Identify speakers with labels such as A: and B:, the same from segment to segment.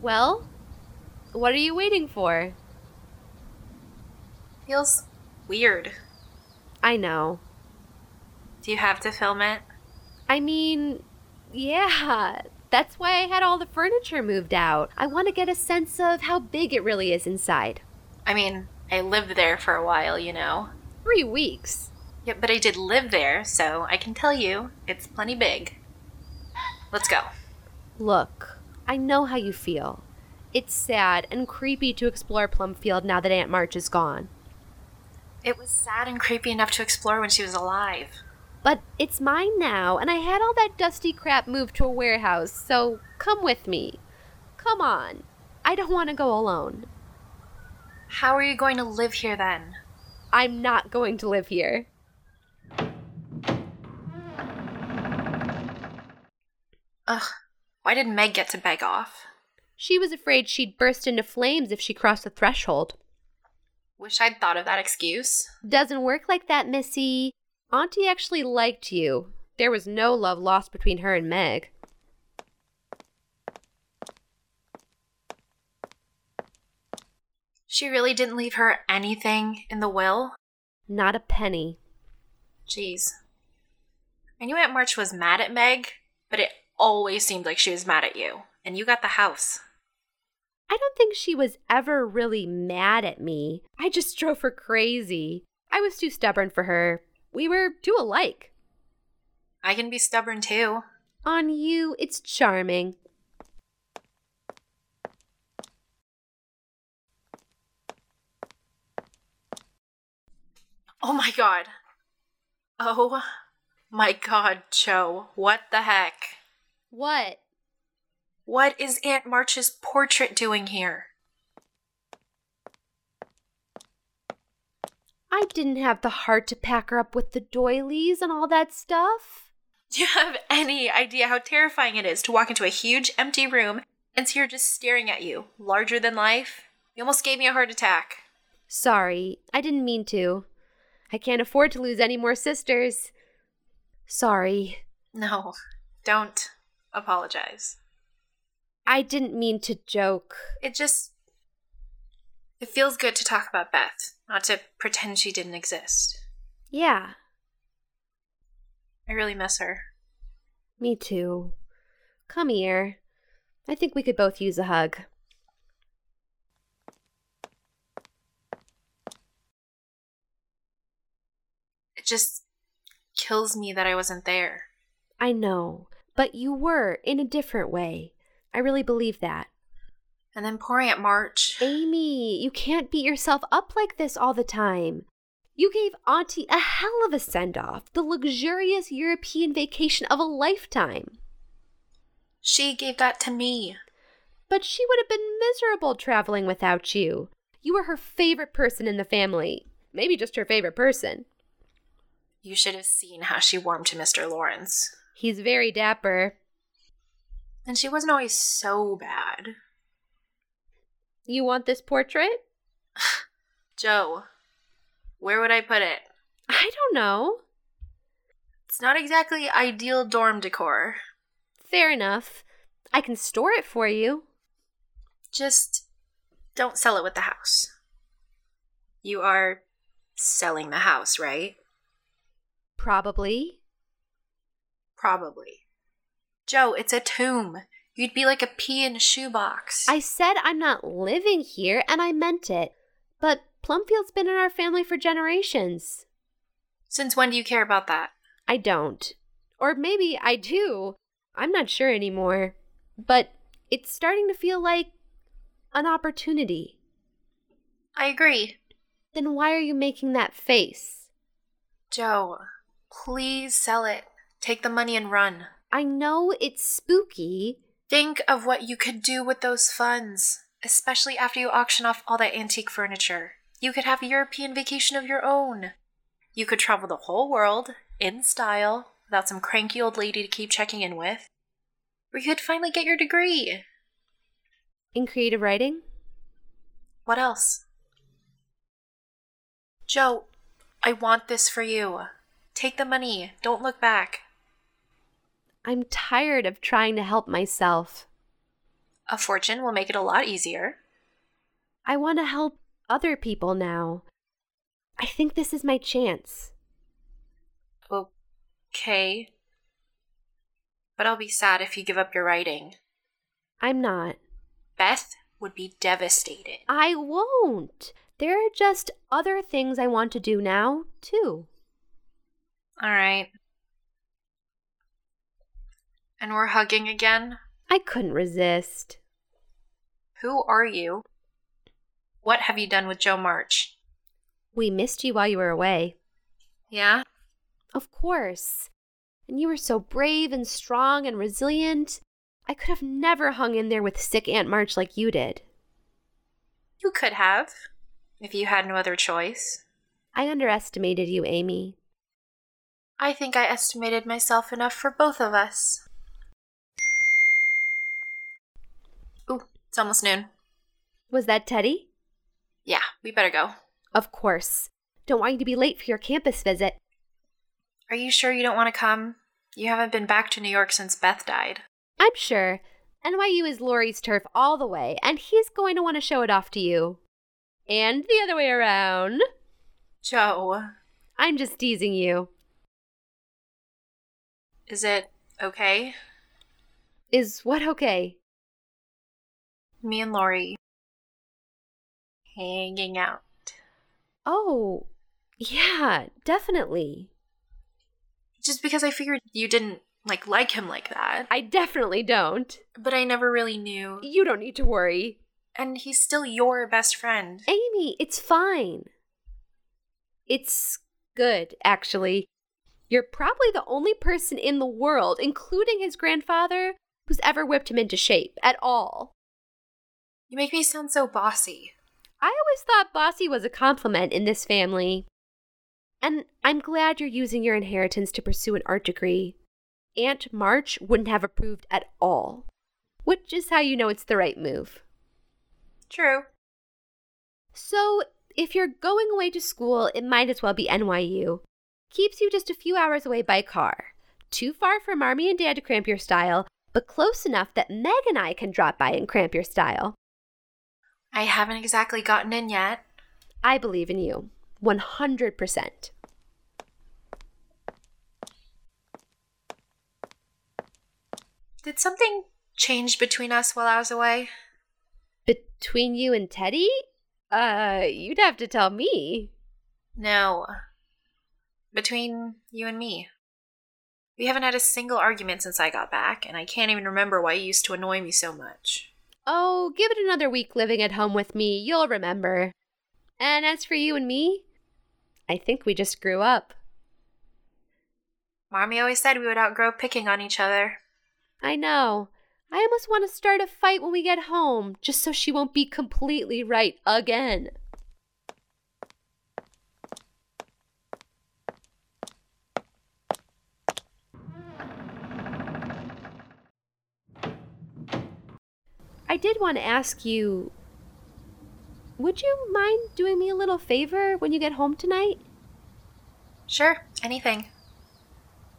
A: Well, what are you waiting for?
B: Feels weird.
A: I know.
B: Do you have to film it?
A: I mean, yeah. That's why I had all the furniture moved out. I want to get a sense of how big it really is inside.
B: I mean, I lived there for a while, you know.
A: Three weeks.
B: Yeah, but I did live there, so I can tell you it's plenty big. Let's go.
A: Look, I know how you feel. It's sad and creepy to explore Plumfield now that Aunt March is gone.
B: It was sad and creepy enough to explore when she was alive.
A: But it's mine now, and I had all that dusty crap moved to a warehouse, so come with me. Come on. I don't want to go alone.
B: How are you going to live here then?
A: I'm not going to live here.
B: Ugh, why did Meg get to beg off?
A: She was afraid she'd burst into flames if she crossed the threshold.
B: Wish I'd thought of that excuse.
A: Doesn't work like that, Missy. Auntie actually liked you. There was no love lost between her and Meg.
B: She really didn't leave her anything in the will?
A: Not a penny.
B: Jeez. I knew Aunt March was mad at Meg, but it always seemed like she was mad at you, and you got the house.
A: I don't think she was ever really mad at me. I just drove her crazy. I was too stubborn for her. We were too alike.
B: I can be stubborn too.
A: On you, it's charming.
B: Oh my god. Oh my god, Joe. What the heck?
A: What?
B: What is Aunt March's portrait doing here?
A: I didn't have the heart to pack her up with the doilies and all that stuff.
B: Do you have any idea how terrifying it is to walk into a huge empty room and see her just staring at you, larger than life? You almost gave me a heart attack.
A: Sorry, I didn't mean to. I can't afford to lose any more sisters. Sorry.
B: No, don't apologize.
A: I didn't mean to joke.
B: It just. It feels good to talk about Beth, not to pretend she didn't exist.
A: Yeah,
B: I really miss her.
A: me too. Come here. I think we could both use a hug.
B: It just kills me that I wasn't there.
A: I know, but you were in a different way. I really believe that.
B: And then poor Aunt March.
A: Amy, you can't beat yourself up like this all the time. You gave Auntie a hell of a send off, the luxurious European vacation of a lifetime.
B: She gave that to me.
A: But she would have been miserable traveling without you. You were her favorite person in the family. Maybe just her favorite person.
B: You should have seen how she warmed to Mr. Lawrence.
A: He's very dapper.
B: And she wasn't always so bad.
A: You want this portrait?
B: Joe, where would I put it?
A: I don't know.
B: It's not exactly ideal dorm decor.
A: Fair enough. I can store it for you.
B: Just don't sell it with the house. You are selling the house, right?
A: Probably.
B: Probably. Joe, it's a tomb. You'd be like a pea in a shoebox.
A: I said I'm not living here, and I meant it. But Plumfield's been in our family for generations.
B: Since when do you care about that?
A: I don't. Or maybe I do. I'm not sure anymore. But it's starting to feel like an opportunity.
B: I agree.
A: Then why are you making that face?
B: Joe, please sell it. Take the money and run.
A: I know it's spooky.
B: Think of what you could do with those funds, especially after you auction off all that antique furniture. You could have a European vacation of your own. You could travel the whole world in style without some cranky old lady to keep checking in with. Or you could finally get your degree.
A: In creative writing?
B: What else? Joe, I want this for you. Take the money. Don't look back.
A: I'm tired of trying to help myself.
B: A fortune will make it a lot easier.
A: I want to help other people now. I think this is my chance.
B: Okay. But I'll be sad if you give up your writing.
A: I'm not.
B: Beth would be devastated.
A: I won't. There are just other things I want to do now, too.
B: All right. And we're hugging again?
A: I couldn't resist.
B: Who are you? What have you done with Joe March?
A: We missed you while you were away.
B: Yeah?
A: Of course. And you were so brave and strong and resilient. I could have never hung in there with sick Aunt March like you did.
B: You could have, if you had no other choice.
A: I underestimated you, Amy.
B: I think I estimated myself enough for both of us. Ooh, it's almost noon.
A: Was that Teddy?
B: Yeah, we better go.
A: Of course. Don't want you to be late for your campus visit.
B: Are you sure you don't want to come? You haven't been back to New York since Beth died.
A: I'm sure. NYU is Lori's turf all the way, and he's going to want to show it off to you. And the other way around.
B: Joe,
A: I'm just teasing you.
B: is it okay?
A: Is what okay?
B: Me and Lori hanging out.
A: Oh, yeah, definitely.
B: Just because I figured you didn't like like him like that,
A: I definitely don't.
B: but I never really knew.
A: You don't need to worry.
B: And he's still your best friend.
A: Amy, it's fine. It's good, actually. You're probably the only person in the world, including his grandfather, who's ever whipped him into shape at all.
B: You make me sound so bossy.
A: I always thought bossy was a compliment in this family. And I'm glad you're using your inheritance to pursue an art degree. Aunt March wouldn't have approved at all, which is how you know it's the right move.
B: True.
A: So, if you're going away to school, it might as well be NYU. Keeps you just a few hours away by car. Too far for Marmy and Dad to cramp your style, but close enough that Meg and I can drop by and cramp your style.
B: I haven't exactly gotten in yet.
A: I believe in you. 100%.
B: Did something change between us while I was away?
A: Between you and Teddy? Uh, you'd have to tell me.
B: No. Between you and me. We haven't had a single argument since I got back, and I can't even remember why you used to annoy me so much.
A: Oh, give it another week living at home with me. You'll remember. And as for you and me, I think we just grew up.
B: Mommy always said we would outgrow picking on each other.
A: I know. I almost want to start a fight when we get home, just so she won't be completely right again. I did want to ask you would you mind doing me a little favor when you get home tonight?
B: Sure, anything.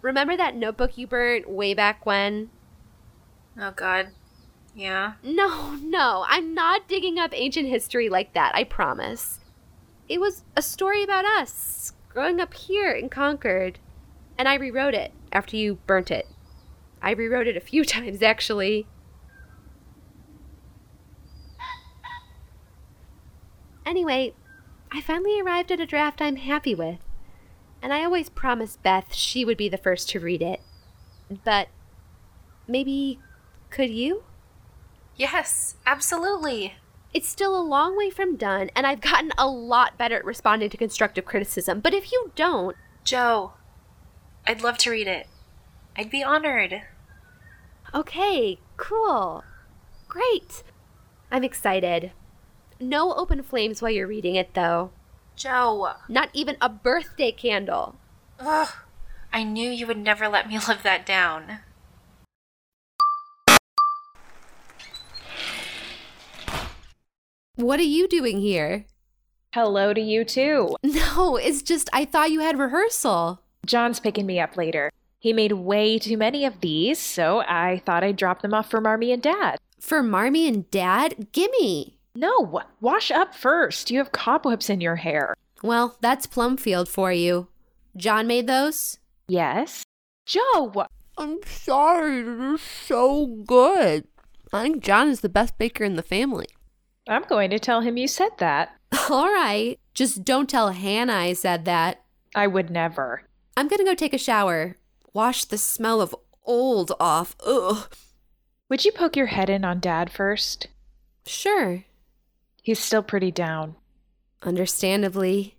A: Remember that notebook you burnt way back when?
B: Oh god. Yeah.
A: No, no, I'm not digging up ancient history like that, I promise. It was a story about us growing up here in Concord, and I rewrote it after you burnt it. I rewrote it a few times, actually. Anyway, I finally arrived at a draft I'm happy with, and I always promised Beth she would be the first to read it. But maybe could you?
B: Yes, absolutely.
A: It's still a long way from done, and I've gotten a lot better at responding to constructive criticism. But if you don't,
B: Joe, I'd love to read it. I'd be honored.
A: okay, cool. Great. I'm excited. No open flames while you're reading it, though.
B: Joe.
A: Not even a birthday candle.
B: Ugh. I knew you would never let me live that down.
A: What are you doing here?
C: Hello to you too.
A: No, it's just I thought you had rehearsal.
C: John's picking me up later. He made way too many of these, so I thought I'd drop them off for Marmy and Dad.
A: For Marmy and Dad? Gimme!
C: No, wash up first. You have cobwebs in your hair.
A: Well, that's Plumfield for you. John made those?
C: Yes. Joe,
A: I'm sorry, they're so good. I think John is the best baker in the family.
C: I'm going to tell him you said that.
A: All right, just don't tell Hannah I said that.
C: I would never.
A: I'm gonna go take a shower. Wash the smell of old off. Ugh.
C: Would you poke your head in on Dad first?
A: Sure,
C: He's still pretty down.
A: understandably.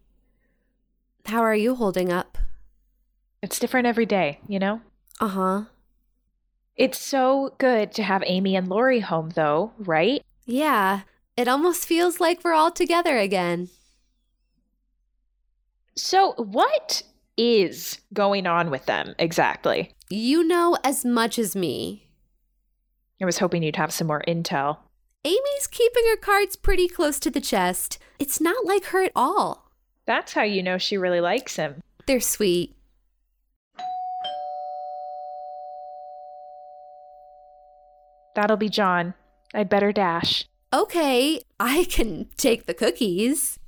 A: How are you holding up?
C: It's different every day, you know?
A: Uh huh.
C: It's so good to have Amy and Lori home, though, right?
A: Yeah, it almost feels like we're all together again.
C: So, what is going on with them exactly?
A: You know as much as me.
C: I was hoping you'd have some more intel.
A: Amy's keeping her cards pretty close to the chest. It's not like her at all.
C: That's how you know she really likes him.
A: They're sweet.
C: That'll be John. I'd better dash.
A: Okay, I can take the cookies.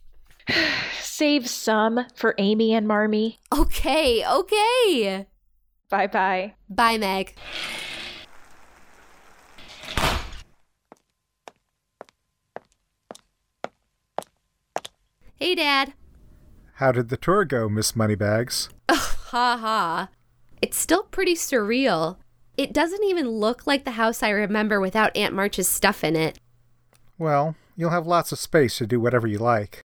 C: Save some for Amy and Marmy.
A: Okay, okay.
C: Bye bye.
A: Bye, Meg. Hey, Dad.
D: How did the tour go, Miss Moneybags?
A: Ha ha. Oh, It's still pretty surreal. It doesn't even look like the house I remember without Aunt March's stuff in it.
D: Well, you'll have lots of space to do whatever you like.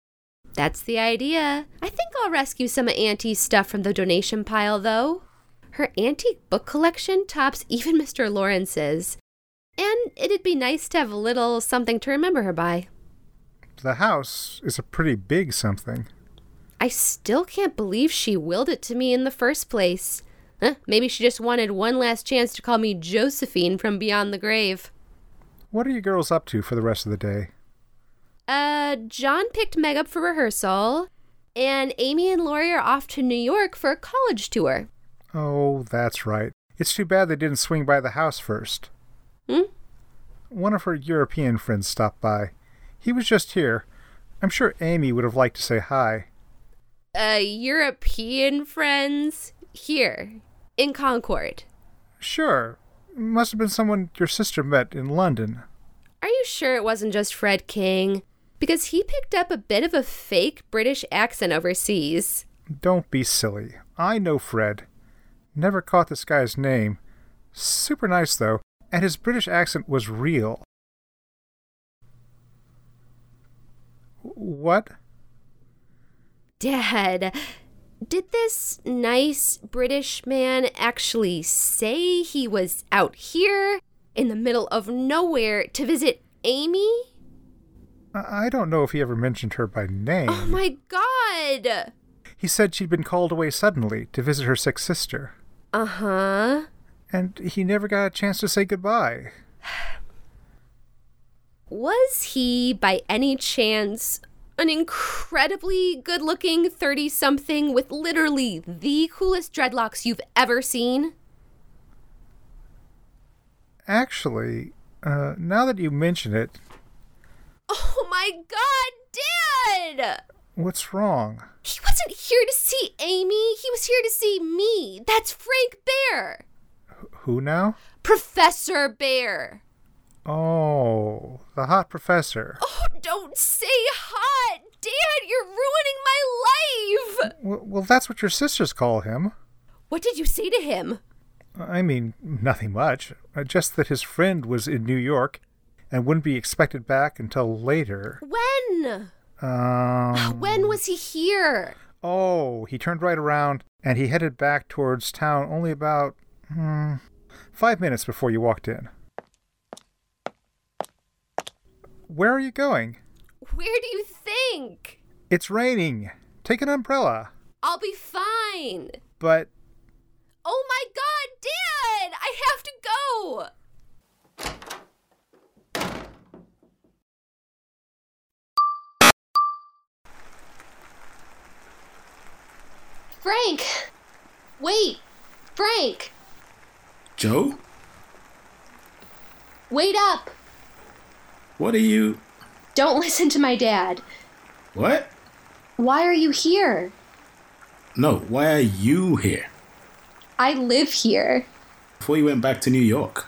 A: That's the idea. I think I'll rescue some of Auntie's stuff from the donation pile, though. Her antique book collection tops even Mr. Lawrence's. And it'd be nice to have a little something to remember her by.
D: The house is a pretty big something.
A: I still can't believe she willed it to me in the first place. Huh, maybe she just wanted one last chance to call me Josephine from beyond the grave.
D: What are you girls up to for the rest of the day?
A: Uh, John picked Meg up for rehearsal, and Amy and Lori are off to New York for a college tour.
D: Oh, that's right. It's too bad they didn't swing by the house first.
A: Hmm?
D: One of her European friends stopped by. He was just here. I'm sure Amy would have liked to say hi.
A: Uh, European friends here in Concord.
D: Sure. Must have been someone your sister met in London.
A: Are you sure it wasn't just Fred King? Because he picked up a bit of a fake British accent overseas.
D: Don't be silly. I know Fred. Never caught this guy's name. Super nice, though, and his British accent was real. What?
A: Dad, did this nice British man actually say he was out here in the middle of nowhere to visit Amy?
D: I I don't know if he ever mentioned her by name.
A: Oh my god!
D: He said she'd been called away suddenly to visit her sick sister,
A: Uh huh.
D: and he never got a chance to say goodbye.
A: Was he, by any chance, an incredibly good looking 30 something with literally the coolest dreadlocks you've ever seen?
D: Actually, uh, now that you mention it,
A: Oh my god, Dad!
D: what's wrong?
A: He wasn't here to see Amy. He was here to see me. That's Frank Bear.
D: Who now?
A: Professor Bear.
D: Oh, the hot professor.
A: Oh, don't say hot. Dad, you're ruining my life.
D: Well, well, that's what your sisters call him.
A: What did you say to him?
D: I mean, nothing much. Uh, Just that his friend was in New York and wouldn't be expected back until later.
A: When?
D: Um,
A: When was he here?
D: oh, he turned right around and he headed back towards town only about hmm, five minutes before you walked in. Where are you going?
A: Where do you think?
D: It's raining. Take an umbrella.
A: I'll be fine.
D: But
A: Oh my god, Dad! I have to go! Frank! Wait! Frank!
E: Joe?
A: Wait up!
E: What are you.
A: Don't listen to my dad.
E: What?
A: Why are you here?
E: No, why are you here?
A: I live here.
E: Before you went back to New York.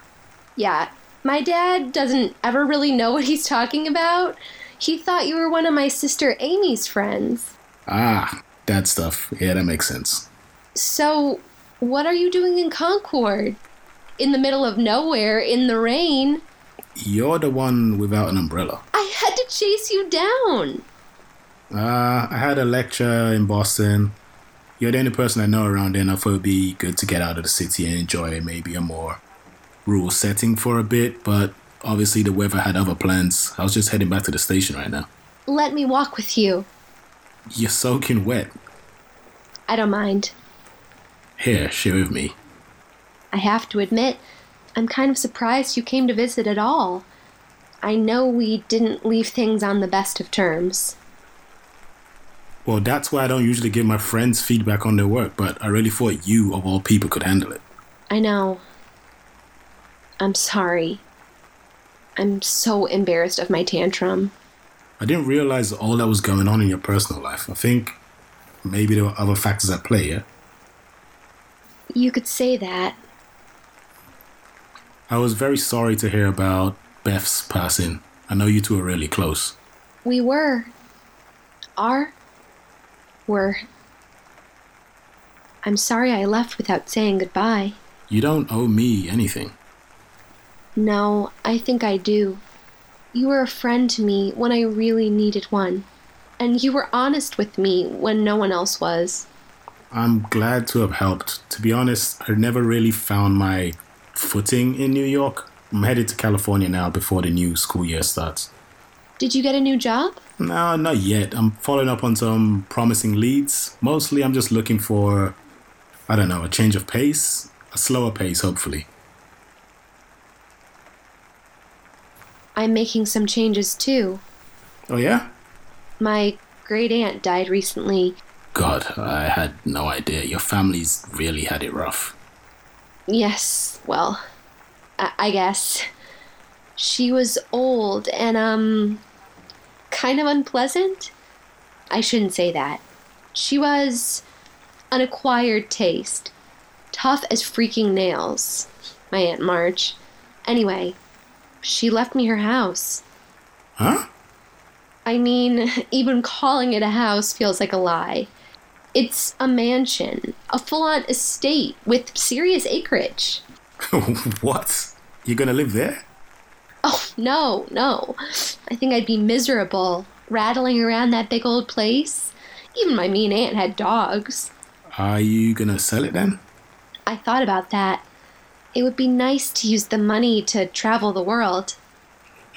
A: Yeah, my dad doesn't ever really know what he's talking about. He thought you were one of my sister Amy's friends.
E: Ah, that stuff. Yeah, that makes sense.
A: So, what are you doing in Concord? In the middle of nowhere, in the rain.
E: You're the one without an umbrella.
A: I had to chase you down.
E: Uh, I had a lecture in Boston. You're the only person I know around there, and I thought it'd be good to get out of the city and enjoy maybe a more rural setting for a bit, but obviously the weather had other plans. I was just heading back to the station right now.
A: Let me walk with you.
E: You're soaking wet.
A: I don't mind.
E: Here, share with me.
A: I have to admit, I'm kind of surprised you came to visit at all. I know we didn't leave things on the best of terms.
E: Well, that's why I don't usually give my friends feedback on their work, but I really thought you, of all people, could handle it.
A: I know. I'm sorry. I'm so embarrassed of my tantrum.
E: I didn't realize all that was going on in your personal life. I think maybe there were other factors at play, yeah?
A: You could say that.
E: I was very sorry to hear about Beth's passing. I know you two are really close.
A: We were. Are. Were. I'm sorry I left without saying goodbye.
E: You don't owe me anything.
A: No, I think I do. You were a friend to me when I really needed one. And you were honest with me when no one else was.
E: I'm glad to have helped. To be honest, I never really found my footing in New York. I'm headed to California now before the new school year starts.
A: Did you get a new job?
E: No, not yet. I'm following up on some promising leads. Mostly, I'm just looking for, I don't know, a change of pace, a slower pace, hopefully.
A: I'm making some changes too.
E: Oh, yeah?
A: My great aunt died recently.
E: God, I had no idea. Your family's really had it rough.
A: Yes, well, I, I guess. She was old and, um, kind of unpleasant. I shouldn't say that. She was an acquired taste, tough as freaking nails, my Aunt Marge. Anyway, she left me her house.
E: Huh?
A: I mean, even calling it a house feels like a lie. It's a mansion, a full on estate with serious acreage.
E: what? You're gonna live there?
A: Oh, no, no. I think I'd be miserable rattling around that big old place. Even my mean aunt had dogs.
E: Are you gonna sell it then?
A: I thought about that. It would be nice to use the money to travel the world.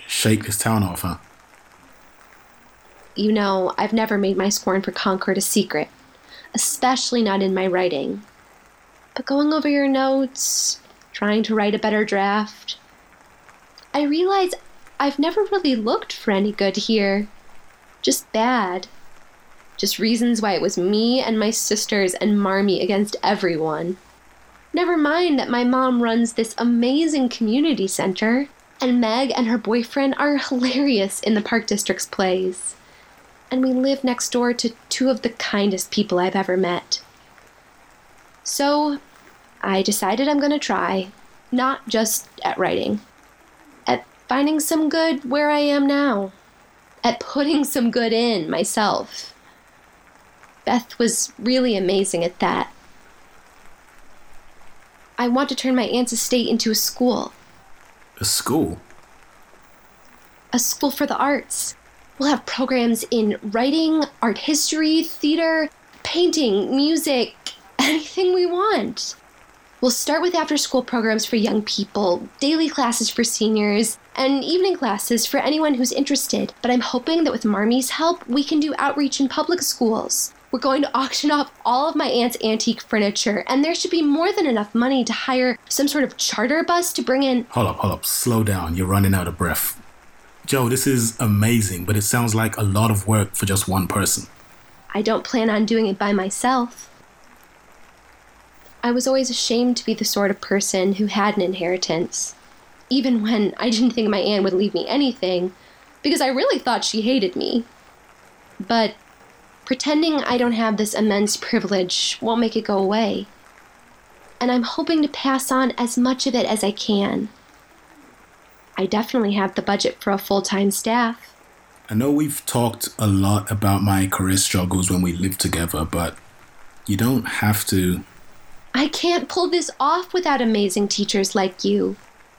E: Shake this town off, huh?
A: You know, I've never made my scorn for Concord a secret, especially not in my writing. But going over your notes, trying to write a better draft, I realize I've never really looked for any good here. Just bad. Just reasons why it was me and my sisters and Marmee against everyone. Never mind that my mom runs this amazing community center, and Meg and her boyfriend are hilarious in the Park District's plays. And we live next door to two of the kindest people I've ever met. So, I decided I'm going to try, not just at writing finding some good where I am now, at putting some good in myself. Beth was really amazing at that. I want to turn my aunt's estate into a school,
E: A school?
A: a school for the arts. We'll have programs in writing, art history, theater, painting, music, anything we want. We'll start with after school programs for young people, daily classes for seniors, and evening classes for anyone who's interested. But I'm hoping that with Marmy's help, we can do outreach in public schools. We're going to auction off all of my aunt's antique furniture, and there should be more than enough money to hire some sort of charter bus to bring in.
E: Hold up, hold up. Slow down. You're running out of breath. Joe, this is amazing, but it sounds like a lot of work for just one person.
A: I don't plan on doing it by myself. I was always ashamed to be the sort of person who had an inheritance. Even when I didn't think my aunt would leave me anything, because I really thought she hated me. But pretending I don't have this immense privilege won't make it go away. And I'm hoping to pass on as much of it as I can. I definitely have the budget for a full time staff.
E: I know we've talked a lot about my career struggles when we lived together, but you don't have to.
A: I can't pull this off without amazing teachers like you.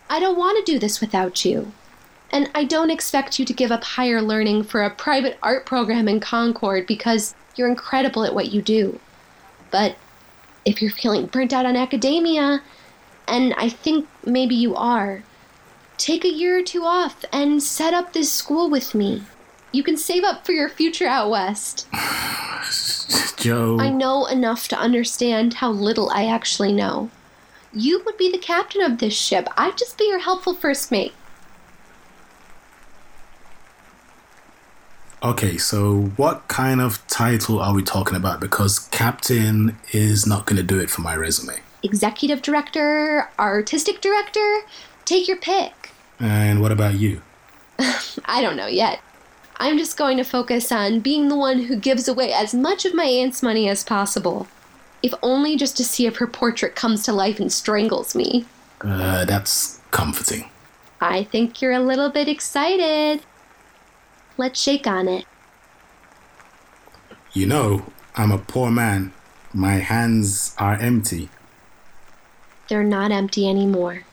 A: I don't want to do this without you. And I don't expect you to give up higher learning for a private art program in Concord because you're incredible at what you do. But if you're feeling burnt out on academia, and I think maybe you are, take a year or two off and set up this school with me. You can save up for your future out west.
E: Joe,
A: I know enough to understand how little I actually know. You would be the captain of this ship. I'd just be your helpful first mate.
E: Okay, so what kind of title are we talking about? Because captain is not going to do it for my resume.
A: Executive director, artistic director, take your pick.
E: And what about you?
A: I don't know yet. I'm just going to focus on being the one who gives away as much of my aunt's money as possible. If only just to see if her portrait comes to life and strangles me.
E: Uh, that's comforting.
A: I think you're a little bit excited. Let's shake on it.
E: You know, I'm a poor man. My hands are empty.
A: They're not empty anymore.